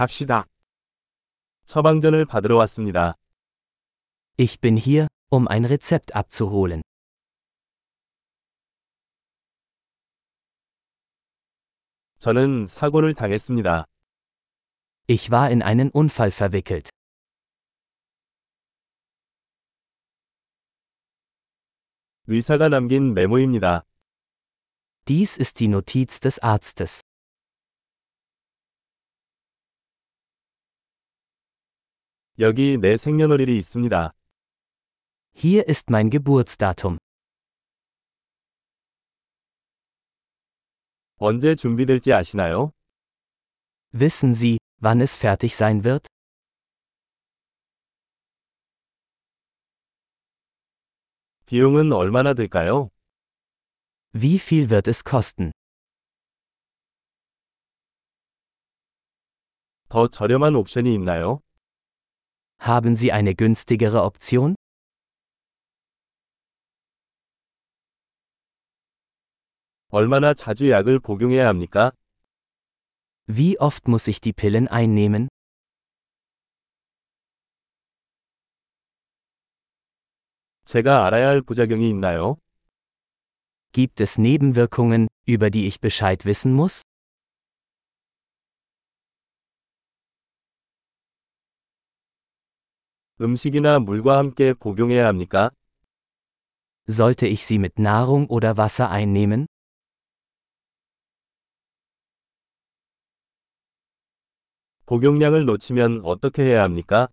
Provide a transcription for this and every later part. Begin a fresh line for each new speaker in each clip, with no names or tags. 갑시다. 처방전을 받으러 왔습니다.
Ich bin hier, um ein Rezept abzuholen.
저는 사고를 당했습니다.
Ich war in einen Unfall verwickelt.
의사가 남긴 메모입니다.
Dies ist die Notiz des Arztes.
여기 내 생년월일이 있습니다.
Hier ist mein Geburtsdatum.
언제 준비될지 아시나요?
Wissen Sie, wann es fertig sein wird?
비용은 얼마나 들까요?
Wie viel wird es kosten?
더 저렴한 옵션이 있나요?
Haben Sie eine günstigere Option?
얼마나 자주 약을 복용해야 합니까?
Wie oft muss ich die Pillen einnehmen?
제가 알아야 할 부작용이 있나요?
Gibt es Nebenwirkungen, über die ich Bescheid wissen muss?
음식이나 물과 함께 복용해야 합니까?
Sollte ich sie mit Nahrung oder Wasser einnehmen?
복용량을 놓치면 어떻게 해야 합니까?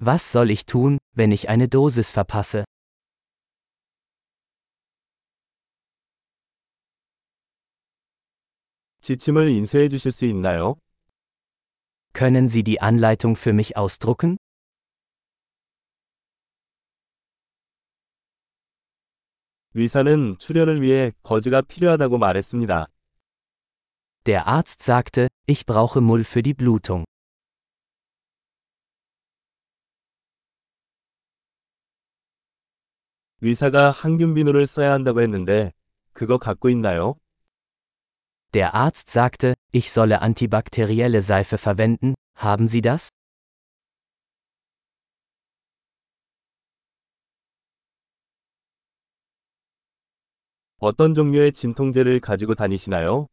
Was soll ich tun, wenn ich eine Dosis verpasse?
지침을 인쇄해 주실 수 있나요?
Können Sie die Anleitung für mich ausdrucken?
의사는 출혈을 위해 거즈가 필요하다고 말했습니다.
Der Arzt sagte, ich brauche Mull für die Blutung.
의사가 항균 비누를 써야 한다고 했는데 그거 갖고 있나요?
Der Arzt sagte, ich solle antibakterielle Seife verwenden, haben Sie das?
어떤 종류의 진통제를 가지고 다니시나요?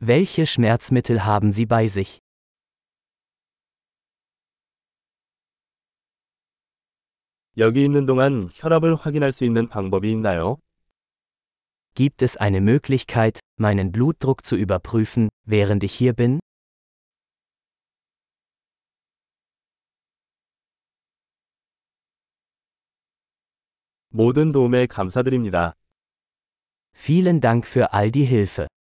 Welche Schmerzmittel haben Sie bei sich?
여기 있는 동안 혈압을 확인할 수 있는 방법이 있나요?
Gibt es eine Möglichkeit, meinen Blutdruck zu überprüfen, während ich hier bin?
모든 도움에 감사드립니다.
Vielen Dank für all die Hilfe.